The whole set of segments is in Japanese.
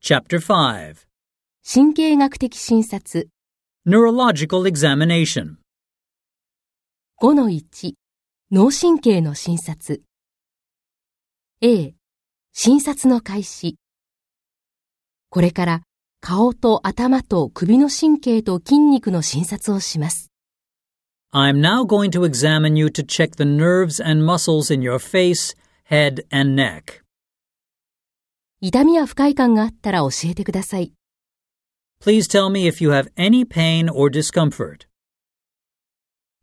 Chapter 5神経学的診察 Neurological Examination 5-1脳神経の診察 A 診察の開始これから顔と頭と首の神経と筋肉の診察をします。 I'm now going to examine you to check the nerves and muscles in your face, head, and neck. 痛みや不快感があったら教えてください。 Please tell me if you have any pain or discomfort.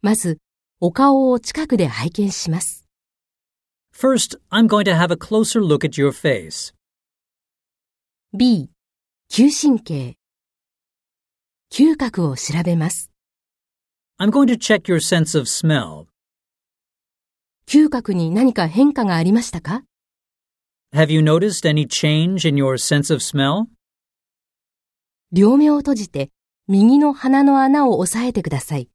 まず、お顔を近くで拝見します。 First, I'm going to have a closer look at your face. B、嗅神経。嗅覚を調べます。 I'm going to check your sense of smell. 嗅覚に何か変化がありましたか Have you noticed any change in your sense of smell? 両目を閉じて、右の鼻の穴を押さえてください。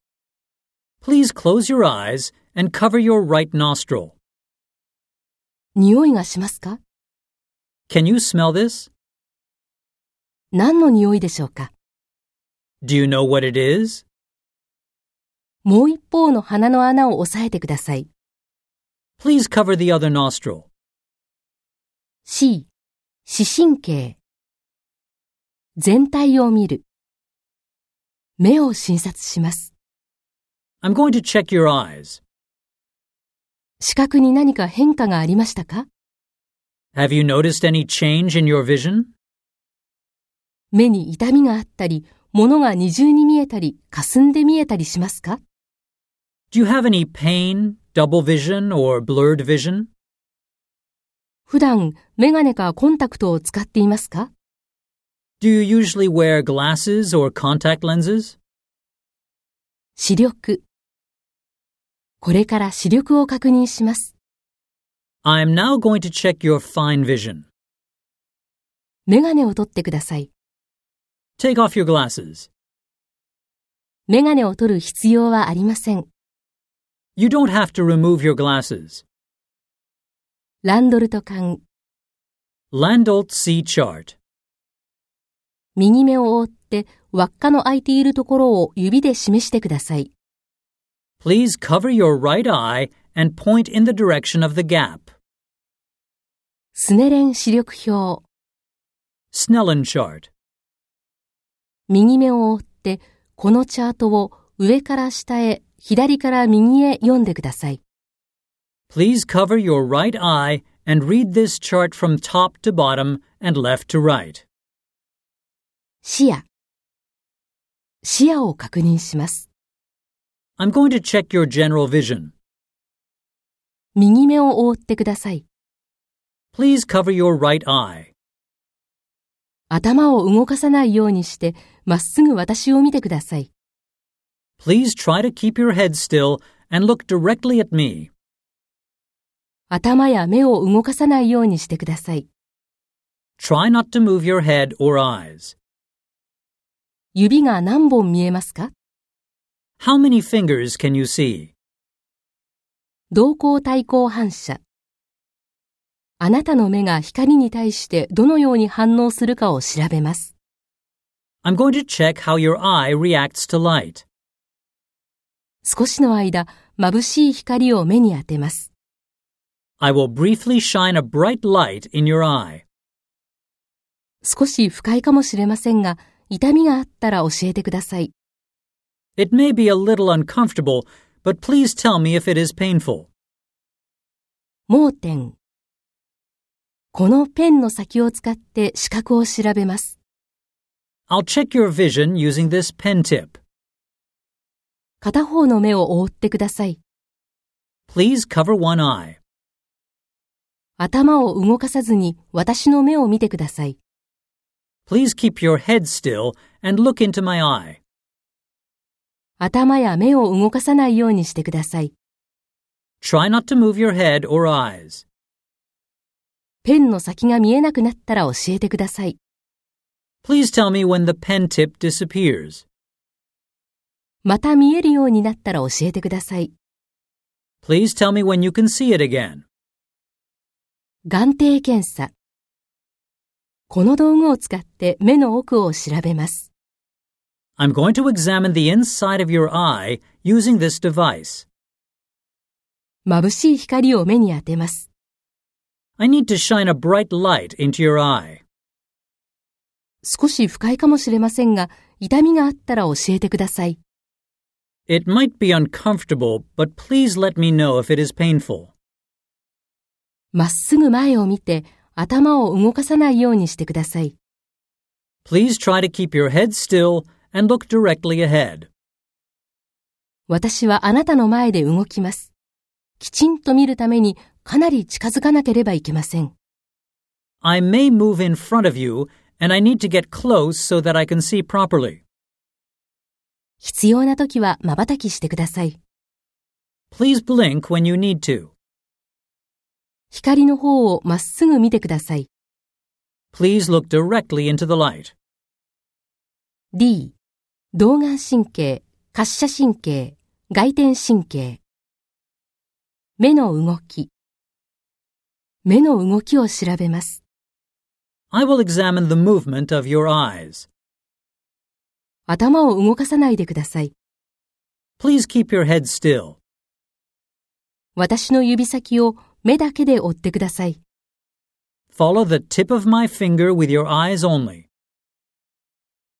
Please close your eyes and cover your right nostril. 匂いがしますか Can you smell this? 何の匂いでしょうか Do you know what it is? もう一方の鼻の穴を押さえてください。 Please cover the other nostril. C、視神経。全体を見る。目を診察します。 I'm going to check your eyes. 視覚に何か変化がありましたか Have you noticed any change in your vision? 目に痛みがあったり、物が二重に見えたり、霞んで見えたりしますか Do you have any pain, double vision, or blurred vision? 普段、メガネかコンタクトを使っていますか Do you usually wear glasses or contact lenses? 視力。これから視力を確認します。 I am now going to check your fine vision. メガネを取ってください。 Take off your glasses. メガネを取る必要はありません。 You don't have to remove your glasses. ランドルト管、 Landolt C chart. 右目を覆って輪っかの開いているところを指で示してください。 Please cover your right eye and point in the direction of the gap. スネレン視力表、 Snellen chart. 右目を覆ってこのチャートを上から下へ、左から右へ読んでください。 Please cover your right eye and read this chart from top to bottom and left to right. 視野。視野を確認します。 I'm going to check your general vision. 右目を覆ってください。 Please cover your right eye. 頭を動かさないようにして、まっすぐ私を見てください。 Please try to keep your head still and look directly at me. 頭や目を動かさないようにしてください。 Try not to move your head or eyes. 指が何本見えますか How many fingers can you see? 瞳孔対抗反射。あなたの目が光に対してどのように反応するかを調べます。 I'm going to check how your eye reacts to light. 少しの間、眩しい光を目に当てます。 I will briefly shine a bright light in your eye. 少し不快かもしれませんが、痛みがあったら教えてください。 It may be a little uncomfortable, but please tell me if it is painful. 盲点。このペンの先を使って視覚を調べます。 I'll check your vision using this pen tip. 片方の目を覆ってください。 Please cover one eye. 頭を動かさずに私の目を見てください。 Please keep your head still and look into my eye. 頭や目を動かさないようにしてください。 Try not to move your head or eyes. ペンの先が見えなくなったら教えてください。 Please tell me when the pen tip disappears. また見えるようになったら教えてください。 Please tell me when you can see it again. 眼底検査。この道具を使って目の奥を調べます。 I'm going to examine the inside of your eye using this device. 眩しい光を目に当てます。 I need to shine a bright light into your eye. 少し不快かもしれませんが、痛みがあったら教えてください。 It might be uncomfortable, but please let me know if it is painful. まっすぐ前を見て、頭を動かさないようにしてください。 Please try to keep your head still and look directly ahead. 私はあなたの前で動きます。きちんと見るためにかなり近づかなければいけません。 I may move in front of you, and I need to get close so that I can see properly. 必要な時は瞬きしてください。 Please blink when you need to. 光の方をまっすぐ見てください。 Please look directly into the light. D、動眼神経、滑車神経、外転神経。目の動き。目の動きを調べます。 I will examine the movement of your eyes. 頭を動かさないでください。 Please keep your head still. 私の指先を目だけで追ってください。 Follow the tip of my finger with your eyes only.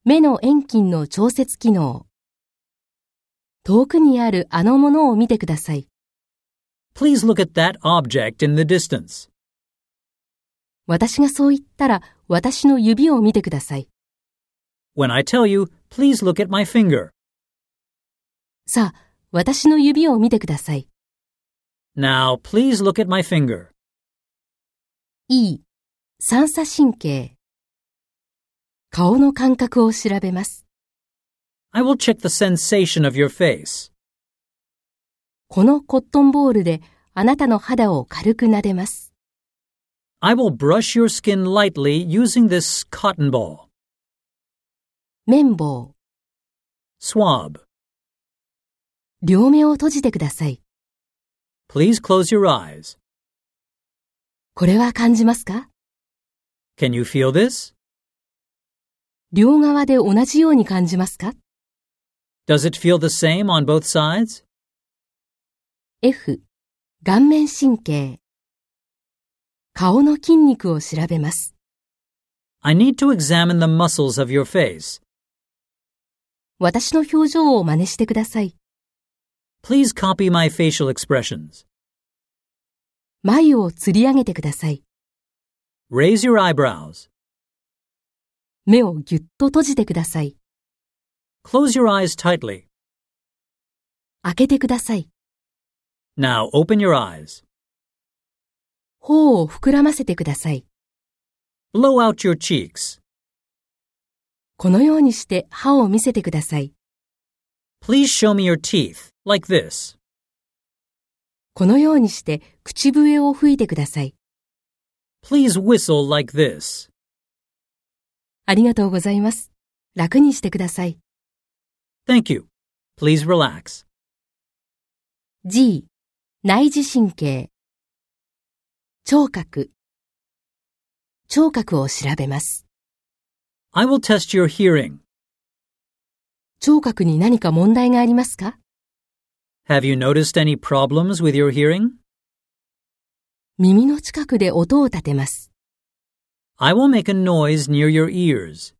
目の遠近の調節機能。遠くにあるあのものを見てください。 Please look at that object in the distance. 私がそう言ったら私の指を見てください。 When I tell you, please look at my finger. さあ、私の指を見てください。 Now, please look at my finger. E、三叉神経。顔の感覚を調べます。 I will check the sensation of your face. このコットンボールであなたの肌を軽く撫でます。 I will brush your skin lightly using this cotton ball. 綿棒。 Swab. 両目を閉じてください。 Please close your eyes. これは感じますか Can you feel this? 両側で同じように感じますか Does it feel the same on both sides? F、顔面神経。顔の筋肉を調べます。 I need to examine the muscles of your face. 私の表情を真似してください。 Please copy my facial expressions. 眉を吊り上げてください。 Raise your eyebrows. 目をぎゅっと閉じてください。 Close your eyes tightly. 開けてください。 Now open your eyes. 頬を膨らませてください。 Blow out your cheeks. このようにして歯を見せてください。 Please show me your teeth, like this. このようにして口笛を吹いてください。 Please whistle like this. ありがとうございます。楽にしてください。 Thank you. Please relax. G、内耳神経。聴覚。聴覚を調べます。 I will test your hearing. 聴覚に何か問題がありますか Have you noticed any problems with your hearing? 耳の近くで音を立てます。 I will make a noise near your ears.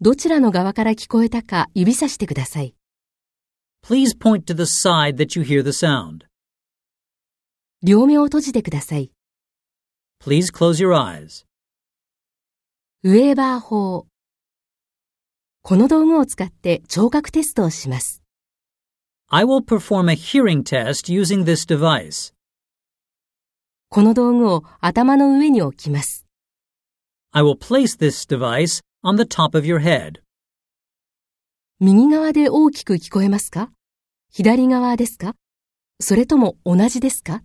どちらの側から聞こえたか指さしてください。 Please point to the side that you hear the sound. 両目を閉じてください。 Please close your eyes. ウェーバー法。この道具を使って聴覚テストをします。 I will perform a hearing test using this device. この道具を頭の上に置きます。 I will place this device on the top of your head. 右側で大きく聞こえますか左側ですかそれとも同じですか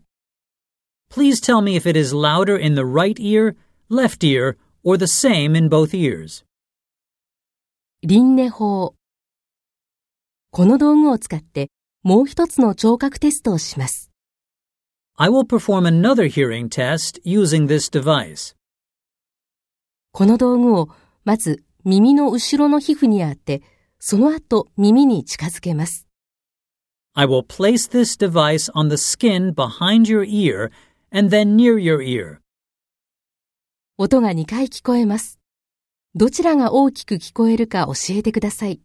Please tell me if it is louder in the right ear, left ear, or the same in both ears. 輪廻法。この道具を使ってもう一つの聴覚テストをします。 I will perform another hearing test using this device. この道具をまず耳の後ろの皮膚に当て、その後耳に近づけます。 I will place this device on the skin behind your ear and then near your ear. 音が2回聞こえます。どちらが大きく聞こえるか教えてください。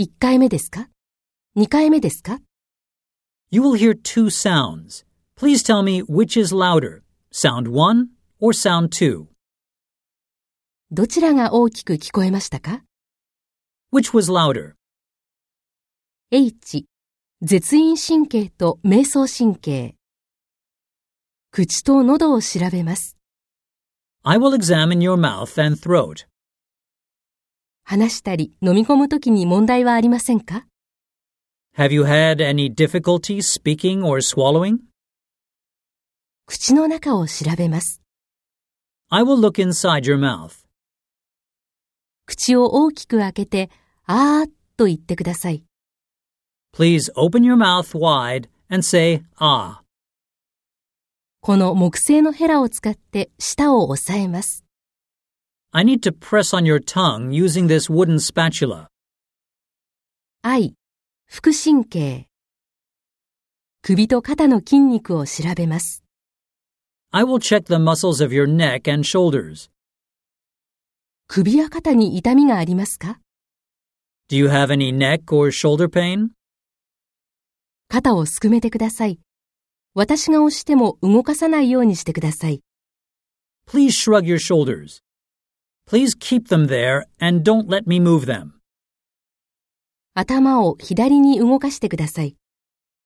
1回目ですか ?2 回目ですか You will hear two sounds. Please tell me which is louder, sound 1 or sound 2. どちらが大きく聞こえましたか Which was louder? H、絶韻神経と瞑想神経。口と喉を調べます。 I will examine your mouth and throat. 話したり飲み込むときに問題はありませんか Have you had any difficulty speaking or swallowing? 口の中を調べます。 I will look inside your mouth. 口を大きく開けて、あーっと言ってください。 Please open your mouth wide and say, ah. この木製のヘラを使って舌を押さえます。 I need to press on your tongue using this wooden spatula. I、副神経。首と肩の筋肉を調べます。 I will check the muscles of your neck and shoulders. 首や肩に痛みがありますか Do you have any neck or shoulder pain? 肩をすくめてください。私が押しても動かさないようにしてください。 Please shrug your shoulders. Please keep them there and don't let me move them. 頭を左に動かしてください。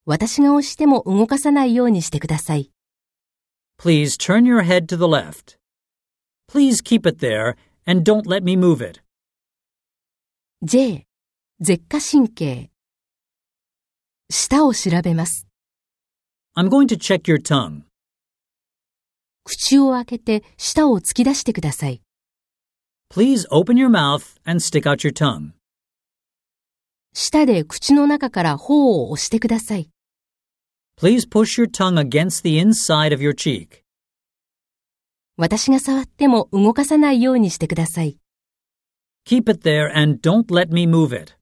私が押しても動かさないようにしてください。 Please turn your head to the left. Please keep it there and don't let me move it. J、舌下神経。舌を調べます。 I'm going to check your tongue. 口を開けて舌を突き出してください。 Please open your mouth and stick out your tongue. 舌で口の中から頬を押してください。 Please push your tongue against the inside of your cheek. 私が触っても動かさないようにしてください。 Keep it there and don't let me move it.